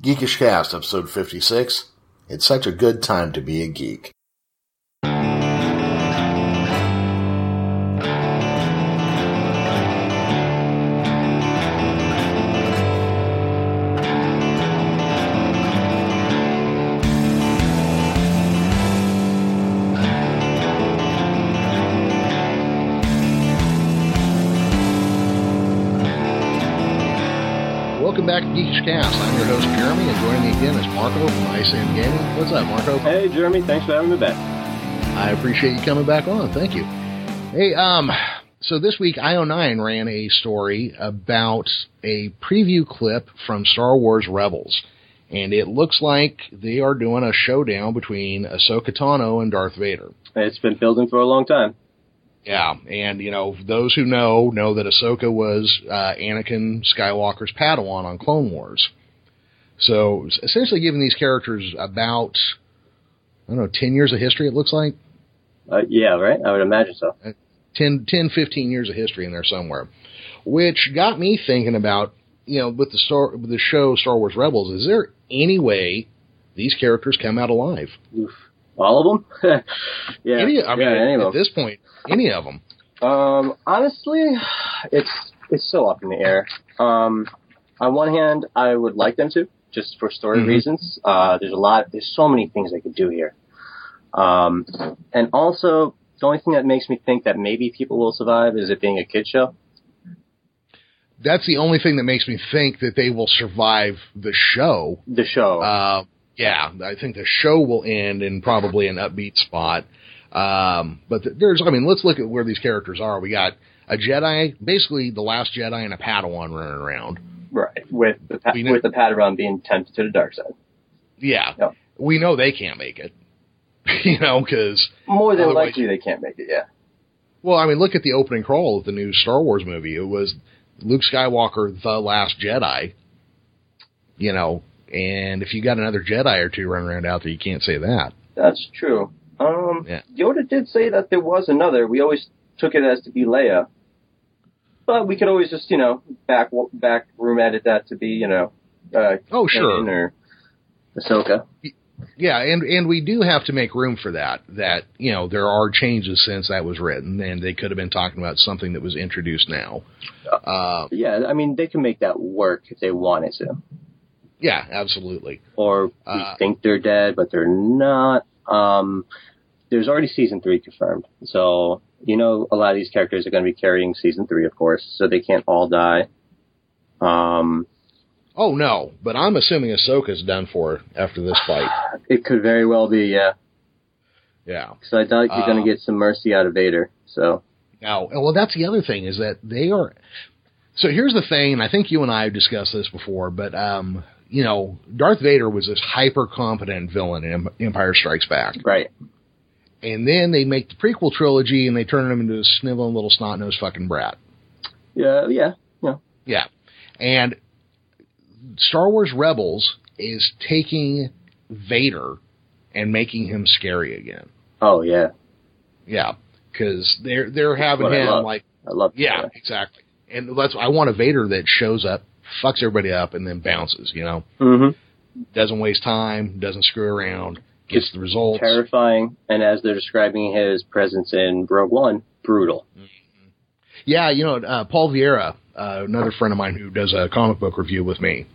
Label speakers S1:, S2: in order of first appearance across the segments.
S1: Geekish Cast, episode 56. It's such a good time to be a geek. Welcome back to Geekish Cast. I'm your host, Jeremy, and joining me again is Marco from ICM Gaming. What's up, Marco?
S2: Hey, Jeremy, thanks for having me back.
S1: I appreciate you coming back on. Thank you. Hey, um, so this week IO9 ran a story about a preview clip from Star Wars Rebels. And it looks like they are doing a showdown between Ahsoka Tano and Darth Vader.
S2: It's been building for a long time.
S1: Yeah, and you know, those who know know that Ahsoka was uh, Anakin Skywalker's Padawan on Clone Wars. So s- essentially giving these characters about, I don't know, 10 years of history, it looks like.
S2: Uh, yeah, right? I would imagine so.
S1: 10, 10, 15 years of history in there somewhere, which got me thinking about, you know, with the star, with the show Star Wars Rebels, is there any way these characters come out alive?
S2: Oof. All of them? yeah.
S1: any, I mean,
S2: yeah, any
S1: at
S2: of 'em.
S1: this point, any of them.
S2: Um, honestly, it's it's so up in the air. Um, on one hand, I would like them to, just for story
S1: Mhm.
S2: reasons. Uh, there's a lot. There's so many things they could do here. Um, and also, the only thing that makes me think that maybe people will survive is it being a kid show.
S1: That's the only thing that makes me think that they will survive the show.
S2: The show.
S1: Uh, yeah, I think the show will end in probably an upbeat spot. Um, but th- there's, I mean, let's look at where these characters are. We got a Jedi, basically the last Jedi and a Padawan running around.
S2: right. With the pa-
S1: We know-
S2: with the Padawan being tempted to the dark side.
S1: Yeah.
S2: Yep.
S1: We know they can't make it. you know, because,
S2: More than
S1: Otherwise-
S2: likely, they can't make it. Yeah.
S1: well, I mean, look at the opening crawl of the new Star Wars movie. It was Luke Skywalker, The Last Jedi. You know, and if you got another Jedi or two running around out there, you can't say that.
S2: That's true. Um,
S1: Yeah.
S2: Yoda did say that there was another. We always took it as to be Leia, but we could always just you know back back room edit that to be you know uh,
S1: Oh,
S2: Kanan
S1: sure.
S2: or Ahsoka.
S1: Yeah, and, and we do have to make room for that. That, you know, there are changes since that was written, and they could have been talking about something that was introduced now. Uh,
S2: Yeah, I mean they can make that work if they wanted to,
S1: yeah, absolutely.
S2: or we
S1: Uh,
S2: think they're dead but they're not. Um, there's already season three confirmed, so you know a lot of these characters are going to be carrying season three, of course, so they can't all die. Um,
S1: Oh, no, but I'm assuming Ahsoka's done for after this fight.
S2: it could very well be yeah.
S1: Yeah.
S2: because I doubt you're
S1: Uh,
S2: going to get some mercy out of Vader. So
S1: Now, well, that's the other thing is that they are. So here's the thing, and I think you and I have discussed this before, but um, you know, Darth Vader was this hyper competent villain in Em- Empire Strikes Back,
S2: right,
S1: and then they make the prequel trilogy and they turn him into a sniveling little snot nosed fucking brat.
S2: yeah, yeah,
S1: Yeah, and Star Wars Rebels is taking Vader and making him scary again.
S2: oh yeah,
S1: Yeah, because they're they're having
S2: what I
S1: him
S2: love.
S1: like.
S2: I love.
S1: Yeah, exactly. And that's I want a Vader that shows up, fucks everybody up, and then bounces. You know,
S2: mm-hmm.
S1: doesn't waste time, doesn't screw around, gets the results.
S2: terrifying. And as they're describing his presence in Rogue One, brutal.
S1: Yeah, you know, uh, Paul Vieira, uh, another friend of mine who does a comic book review with me,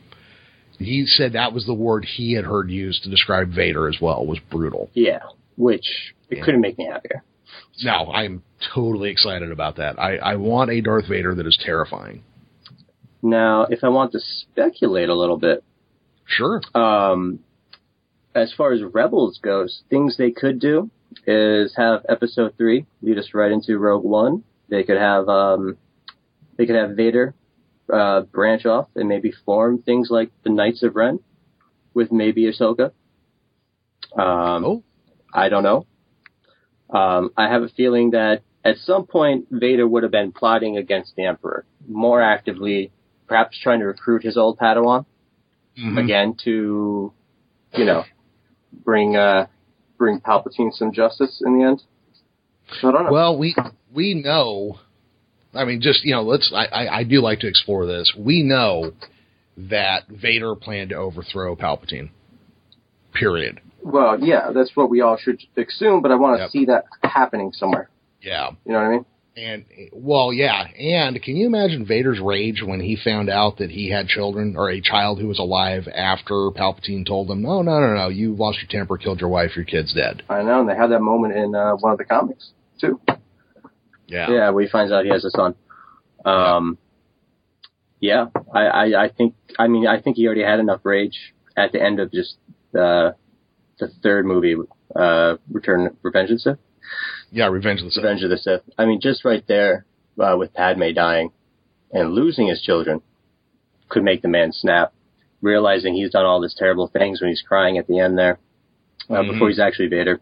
S1: he said that was the word he had heard used to describe Vader as well was brutal.
S2: Yeah, which it
S1: Yeah.
S2: couldn't make me happier.
S1: Now I'm totally excited about that. I, I want a Darth Vader that is terrifying.
S2: Now, if I want to speculate a little bit,
S1: Sure.
S2: um, as far as Rebels goes, things they could do is have Episode Three lead us right into Rogue One. They could have um, they could have Vader uh, branch off and maybe form things like the Knights of Ren with maybe Ahsoka. Um,
S1: Oh.
S2: I don't know. Um, I have a feeling that at some point Vader would have been plotting against the Emperor more actively, perhaps trying to recruit his old Padawan
S1: Mhm.
S2: again to, you know, bring uh, bring Palpatine some justice in the end. So I don't know.
S1: Well, we we know. I mean, just you know, let's. I, I I do like to explore this. We know that Vader planned to overthrow Palpatine. Period.
S2: Well, yeah, that's what we all should assume, but I want to
S1: Yep.
S2: see that happening somewhere.
S1: Yeah.
S2: You know what I mean?
S1: And well, yeah. And can you imagine Vader's rage when he found out that he had children or a child who was alive after Palpatine told him, "No, no, no, no. You lost your temper, killed your wife, your kid's dead."
S2: I know, and they had that moment in uh, one of the comics too.
S1: Yeah.
S2: Yeah, where he finds out he has a son. Um, yeah, I, I, I think. I mean, I think he already had enough rage at the end of just uh, the third movie, uh, Return Revenge of the Sith.
S1: Yeah, Revenge of the Sith.
S2: Revenge of the Sith. I mean, just right there uh, with Padme dying and losing his children could make the man snap. Realizing he's done all these terrible things when he's crying at the end there, uh,
S1: Mhm.
S2: before he's actually Vader.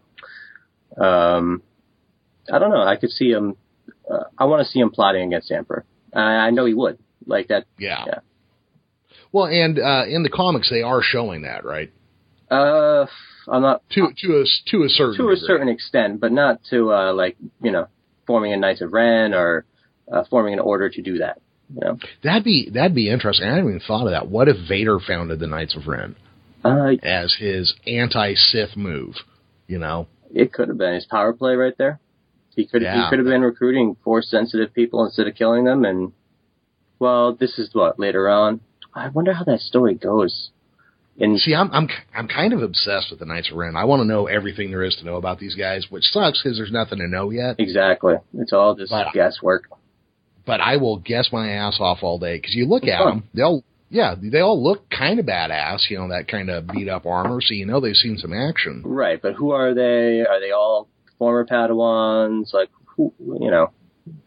S2: Um, I don't know. I could see him. Uh, I want to see him plotting against the Emperor. I, I know he would. Like that.
S1: Yeah.
S2: Yeah.
S1: Well, and uh, in the comics, they are showing that, right?
S2: Uh, I'm not
S1: To to a to a certain
S2: to a
S1: degree.
S2: certain extent, but not to uh, like you know forming a Knights of Ren or uh, forming an order to do that. You know.
S1: That'd be that'd be interesting. I hadn't even thought of that. What if Vader founded the Knights of Ren
S2: Uh,
S1: as his anti-Sith move? You know,
S2: It could have been his power play right there. He could
S1: Yeah.
S2: he could have been recruiting force sensitive people instead of killing them. And well, this is what later on. I wonder how that story goes. And
S1: see, I'm I'm I'm kind of obsessed with the Knights of Ren. I want to know everything there is to know about these guys, which sucks because there's nothing to know yet.
S2: exactly, it's all just
S1: Wow.
S2: guesswork.
S1: But I will guess my ass off all day because you look at
S2: Huh.
S1: them, they'll yeah, they all look kind of badass. You know, that kind of beat up armor, so you know they've seen some action.
S2: Right, but who are they? Are they all former Padawans? Like who? You know,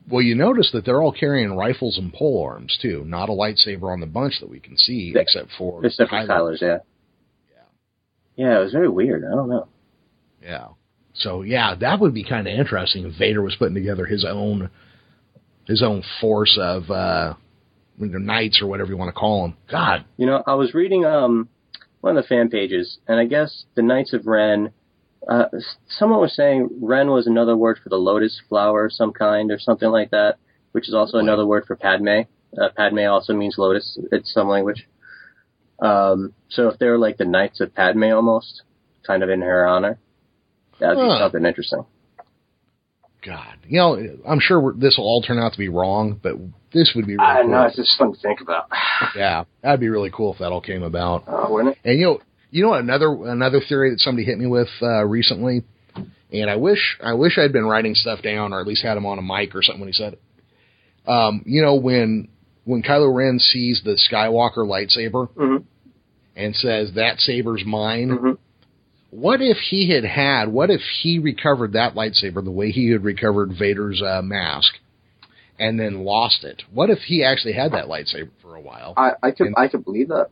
S1: Well, you notice that they're all carrying rifles and pole arms too. Not a lightsaber on the bunch that we can see,
S2: Yeah.
S1: except for
S2: except for
S1: Kylo
S2: Kyler's. Yeah. Yeah, it was very weird. I don't know.
S1: Yeah. So yeah, that would be kind of interesting if Vader was putting together his own his own force of uh you know, knights or whatever you want to call them. God.
S2: You know, I was reading um one of the fan pages, and I guess the Knights of Ren. Uh, s- someone was saying Ren was another word for the lotus flower of some kind or something like that, which is also
S1: Wow.
S2: another word for Padme. Uh, Padme also means lotus. It's some language. Um, so if they were like the Knights of Padme almost, kind of in her honor, that'd be
S1: Huh.
S2: something interesting.
S1: God. You know, I'm sure we're, this will all turn out to be wrong, but this would be really cool.
S2: just fun to think about,
S1: Yeah. That'd be really cool if that all came about.
S2: uh, wouldn't it?
S1: And you know, you know another another theory that somebody hit me with uh, recently, and I wish I wish I'd been writing stuff down or at least had him on a mic or something when he said it. Um, you know when when Kylo Ren sees the Skywalker lightsaber
S2: Mhm.
S1: and says that saber's mine.
S2: Mhm.
S1: What if he had had? What if he recovered that lightsaber the way he had recovered Vader's uh, mask, and then lost it? What if he actually had that lightsaber for a while?
S2: Uh,
S3: I, I could
S1: And-
S3: I could believe that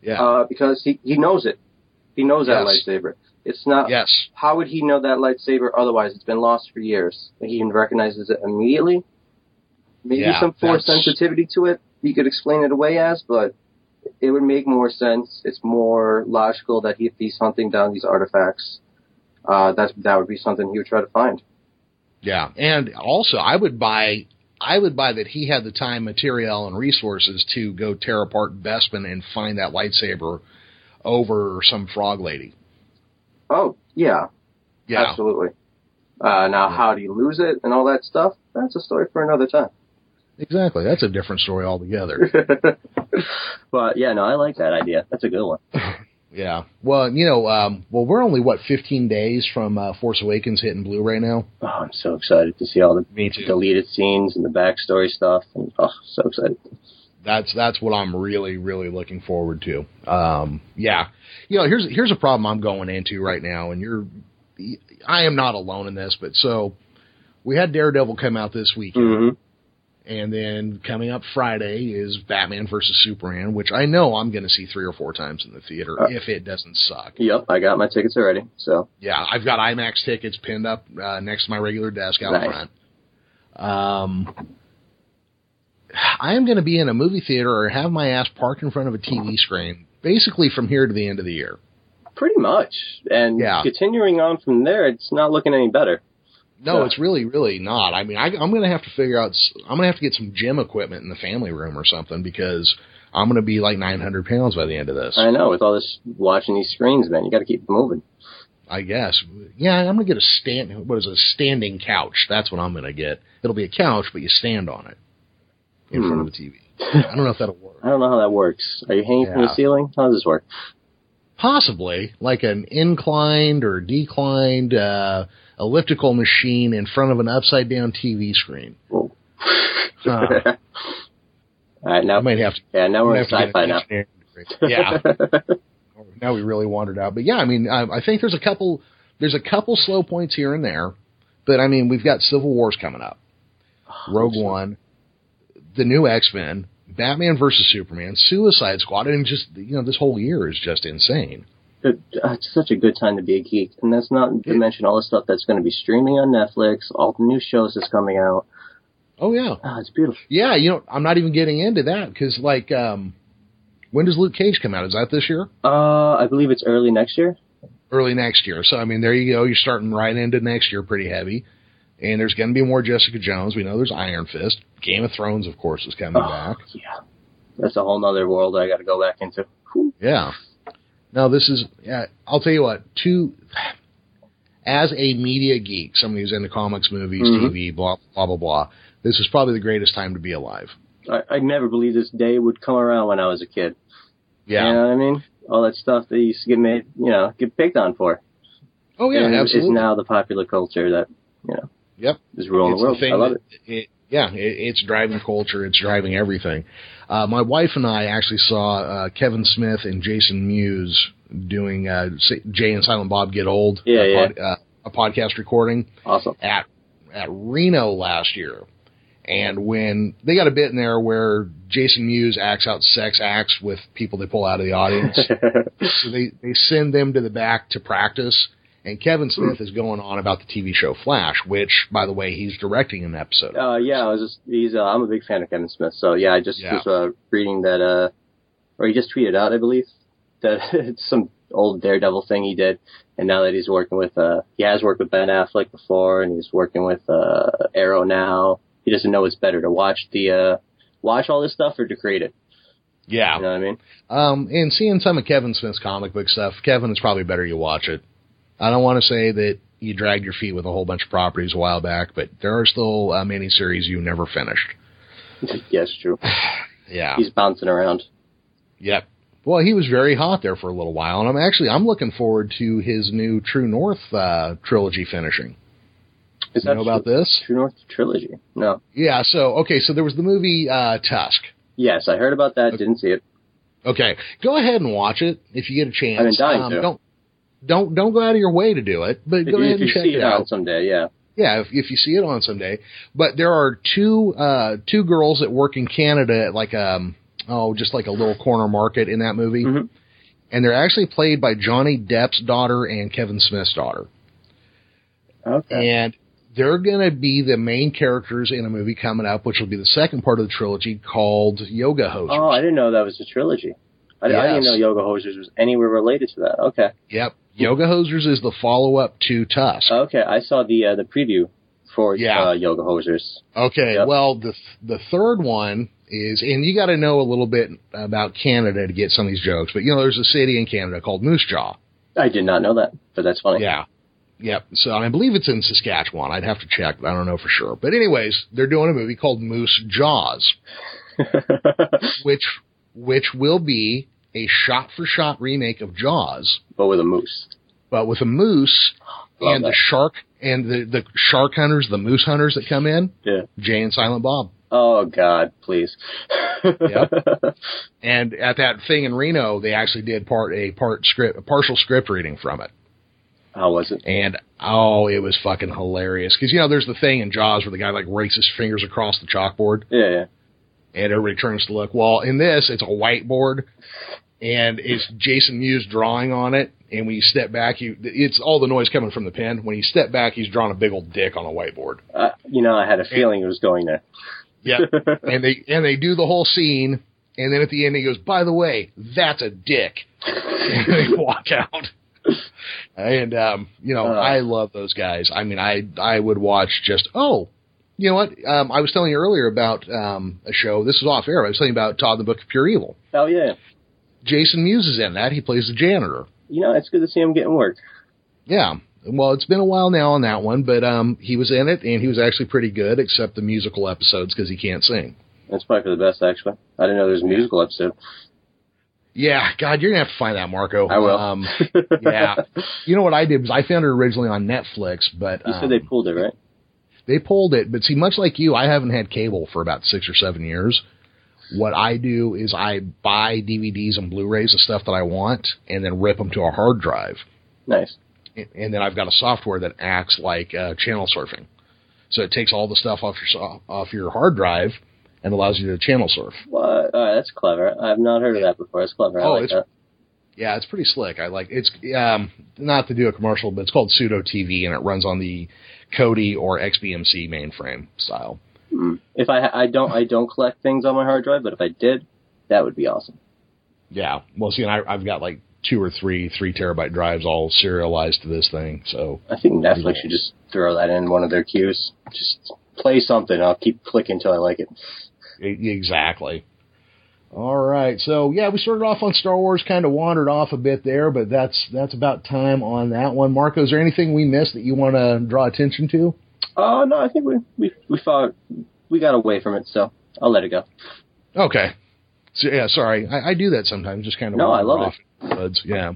S1: Yeah.
S3: uh, because he, he knows it. He knows that
S1: Yes.
S3: lightsaber. It's not.
S1: yes.
S3: How would he know that lightsaber otherwise? It's been lost for years. He recognizes it immediately. Maybe
S1: Yeah,
S3: some force
S1: that's-
S3: sensitivity to it. You could explain it away as, but it would make more sense. It's more logical that he, if he's hunting down these artifacts, uh, that that would be something he would try to find.
S1: Yeah, and also I would buy I would buy that he had the time, material, and resources to go tear apart Bespin and find that lightsaber over some frog lady.
S3: Oh yeah,
S1: Yeah,
S3: absolutely. Uh, now,
S1: Yeah.
S3: how do you lose it and all that stuff? That's a story for another time.
S1: exactly. That's a different story altogether.
S2: But yeah, no, I like that idea. That's a good one.
S1: yeah. Well, you know, um, well, we're only what 15 days from uh, Force Awakens hitting blue right now.
S2: Oh, I'm so excited to see all the
S1: Me
S2: deleted scenes and the backstory stuff. And, oh, so excited.
S1: That's that's what I'm really really looking forward to. Um, yeah, you know, here's here's a problem I'm going into right now, and you're, I am not alone in this, but so we had Daredevil come out this weekend.
S2: Mm-hmm.
S1: And then coming up Friday is Batman versus Superman, which I know I'm going to see three or four times in the theater
S2: Uh,
S1: if it doesn't suck.
S2: Yep, I got my tickets already. So
S1: Yeah, I've got IMAX tickets pinned up uh, next to my regular desk out
S2: Nice.
S1: front. Um, I am going to be in a movie theater or have my ass parked in front of a TV screen basically from here to the end of the year.
S2: pretty much, and
S1: Yeah.
S2: continuing on from there, it's not looking any better.
S1: No,
S2: Yeah.
S1: it's really, really not. I mean, I, I'm going to have to figure out. s- I'm going to have to get some gym equipment in the family room or something because I'm going to be like 900 pounds by the end of this.
S2: I know with all this watching these screens, man, you got to keep moving.
S1: I guess. Yeah, I'm going to get a stand. What is it, a standing couch? That's what I'm going to get. It'll be a couch, but you stand on it in front of the TV.
S2: Hmm.
S1: I don't know if that'll work.
S2: I don't know how that works. Are you hanging from
S1: Yeah.
S2: the ceiling? How does this work?
S1: Possibly like an inclined or declined uh, elliptical machine in front of an upside down TV screen.
S2: Whoa.
S1: Huh.
S2: All right,
S1: I
S2: now
S1: might have to
S2: yeah, now we're in
S1: Have to
S2: sci-fi
S1: get an
S2: now.
S1: engineering degree. Yeah. now we really wandered out. But yeah, I mean, I, I think there's a couple there's a couple slow points here and there, but I mean, we've got Civil Wars coming up, Rogue One, the new X Men, Batman versus Superman, Suicide Squad, and just you know this whole year is just insane.
S2: It- uh, It's such a good time to be a geek, and that's not to mention all the stuff that's going to be streaming on Netflix, all the new shows that's coming out.
S1: Oh yeah,
S2: Oh, it's beautiful.
S1: yeah. You know, I'm not even getting into that because like, um, when does Luke Cage come out? Is that this year?
S2: Uh, I believe it's early next year.
S1: early next year. So I mean, there you go. You're starting right into next year pretty heavy. And there's going to be more Jessica Jones. We know there's Iron Fist. Game of Thrones, of course, is coming
S2: Oh,
S1: back.
S2: yeah, that's a whole nother world I got to go back into. Whew.
S1: Yeah. Now this is. Yeah, I'll tell you what. Two. As a media geek, somebody who's into comics, movies,
S2: Mhm.
S1: TV, blah blah blah blah. This is probably the greatest time to be alive.
S2: I, I never believed this day would come around when I was a kid. You
S1: Yeah.
S2: know what I mean? All that stuff that you used to get made, you know, get picked on for.
S1: Oh yeah,
S2: and
S1: absolutely.
S2: Is now the popular culture that, you know,
S1: Yep.
S2: is ruling
S1: It's
S2: the world.
S1: the thing
S2: I love it.
S1: that- it- yeah, it, it's driving culture. It's driving everything. Uh, my wife and I actually saw uh, Kevin Smith and Jason Mewes doing uh, S- Jay and Silent Bob Get Old.
S2: Yeah,
S1: a,
S2: yeah.
S1: uh, a podcast recording
S2: Awesome.
S1: at at Reno last year, and when they got a bit in there where Jason Mewes acts out sex acts with people they pull out of the audience, so they they send them to the back to practice. And Kevin
S2: Hmm.
S1: Smith is going on about the TV show Flash, which, by the way, he's directing an episode. of.
S2: uh, yeah, I was just, he's, uh, I'm a big fan of Kevin Smith. So yeah, I just
S1: Yeah.
S2: was uh, reading that, uh, or he just tweeted out, I believe, that it's some old Daredevil thing he did. And now that he's working with, uh, he has worked with Ben Affleck before and he's working with, uh, Arrow now. He doesn't know it's better to watch the, uh, watch all this stuff or to create it.
S1: Yeah.
S2: You know what I mean?
S1: Um, and seeing some of Kevin Smith's comic book stuff, Kevin, it's probably better you watch it. I don't want to say that you dragged your feet with a whole bunch of properties a while back, but there are still uh, many series you never finished.
S2: yeah, it's true.
S1: Yeah.
S2: He's bouncing around.
S1: Yep. Well, he was very hot there for a little while, and I'm actually I'm looking forward to his new True North uh, trilogy finishing.
S2: Is
S1: You know about
S2: True,
S1: this?
S2: True North trilogy? No.
S1: Yeah. So okay, so there was the movie uh, Tusk.
S2: Yes, I heard about that. Didn't see it.
S1: Okay, go ahead and watch it if you get a chance.
S2: I've been dying
S1: um,
S2: to.
S1: Don't don't don't go out of your way to do it, but
S2: If
S1: go
S2: you,
S1: ahead
S2: if
S1: and
S2: you
S1: check
S2: see it
S1: it out.
S2: out someday, yeah.
S1: Yeah, if, if you see it on someday. But there are two uh, two girls that work in Canada at like um oh just like a little corner market in that movie,
S2: Mhm.
S1: and they're actually played by Johnny Depp's daughter and Kevin Smith's daughter,
S2: Okay.
S1: and they're gonna be the main characters in a movie coming up, which will be the second part of the trilogy called Yoga Hosers.
S2: Oh, I didn't know that was a trilogy. I, I
S1: Yes.
S2: didn't know Yoga Hosers was anywhere related to that. Okay.
S1: Yep, Yoga Hosers is the follow up to Tusk.
S2: Okay, I saw the uh, the preview for
S1: Yeah.
S2: uh, Yoga Hosers.
S1: Okay,
S2: Yep.
S1: well the the third one is, and you got to know a little bit about Canada to get some of these jokes. But you know, there's a city in Canada called Moose Jaw.
S2: I did not know that, but that's funny.
S1: Yeah, yep. So I believe it's in Saskatchewan. I'd have to check, but I don't know for sure. But anyways, they're doing a movie called Moose Jaws, which which will be a shot for shot remake of Jaws,
S2: but with a moose.
S1: but with a moose
S2: Love
S1: and
S2: that.
S1: the shark and the the shark hunters, the moose hunters that come in,
S2: Yeah.
S1: Jay and Silent Bob.
S2: Oh God, please.
S1: Yep. And at that thing in Reno, they actually did part a part script, a partial script reading from it.
S2: How was it?
S1: And oh, it was fucking hilarious because you know there's the thing in Jaws where the guy like rakes his fingers across the chalkboard,
S2: Yeah, yeah.
S1: and everybody turns to look. Well, in this, it's a whiteboard, and it's Jason Mewes drawing on it. And when you step back, you it's all the noise coming from the pen. When you step back, he's drawn a big old dick on a whiteboard.
S2: Uh, you know, I had a feeling it was going there.
S1: Yeah, and they and they do the whole scene, and then at the end, he goes, "By the way, that's a dick," and they walk out. and um, you know,
S2: Uh.
S1: I love those guys. I mean, I I would watch just oh, you know what? Um, I was telling you earlier about um, a show. This is off air. but I was telling you about Todd the Book of Pure Evil.
S2: Oh yeah.
S1: Jason Mewes is in that. He plays the janitor.
S2: You know, it's good to see him getting work.
S1: Yeah. Well, it's been a while now on that one, but um, he was in it and he was actually pretty good, except the musical episodes because he can't sing.
S2: That's probably for the best, actually. I didn't know there was a musical episode.
S1: Yeah, God, you're gonna have to find that, Marco.
S2: I will.
S1: Um, yeah. you know what I did was I found it originally on Netflix, but
S2: You
S1: um,
S2: said they pulled it, right?
S1: they pulled it. But see, much like you, I haven't had cable for about six or seven years. What I do is I buy DVDs and Blu-rays of stuff that I want, and then rip them to a hard drive.
S2: Nice.
S1: and- and then I've got a software that acts like uh, channel surfing. So it takes all the stuff off your so- off your hard drive and allows you to channel surf.
S2: What? All right, that's clever. I've not heard of that before. That's clever. I
S1: Oh,
S2: like
S1: it's-
S2: that.
S1: Yeah, it's pretty slick. I like it's um, not to do a commercial, but it's called Pseudo TV, and it runs on the Kodi or XBMC mainframe style.
S2: If I ha- I don't I don't collect things on my hard drive, but if I did, that would be awesome.
S1: Yeah, well, see, and I, I've got like two or three three terabyte drives all serialized to this thing. So
S2: I think Netflix should just throw that in one of their queues. Just play something. I'll keep clicking till I like it.
S1: E- Exactly. All right. So yeah, we started off on Star Wars, kind of wandered off a bit there, but that's that's about time on that one. Marco, is there anything we missed that you want to draw attention to?
S2: Oh no, I think we we we fought, we got away from it, so I'll let it go.
S1: Okay. So, yeah, sorry. I, I do that sometimes, just kind of.
S2: No, I love
S1: it. Yeah.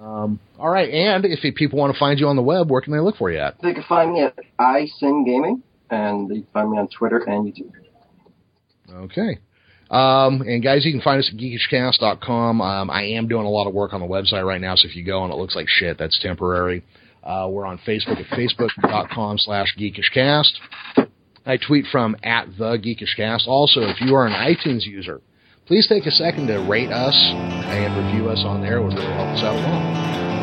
S1: Um, all right, and if people want to find you on the web, where can they look for you at?
S3: They can find me at iSin Gaming, and you can find me on Twitter and YouTube.
S1: Okay. Um, and guys, you can find us at geekishcast.com. Um, I am doing a lot of work on the website right now, so if you go and it looks like shit, that's temporary. Uh, we're on Facebook at facebook.com slash geekishcast. I tweet from at the geekishcast. Also, if you are an iTunes user, please take a second to rate us and review us on there. It would really help us out a lot.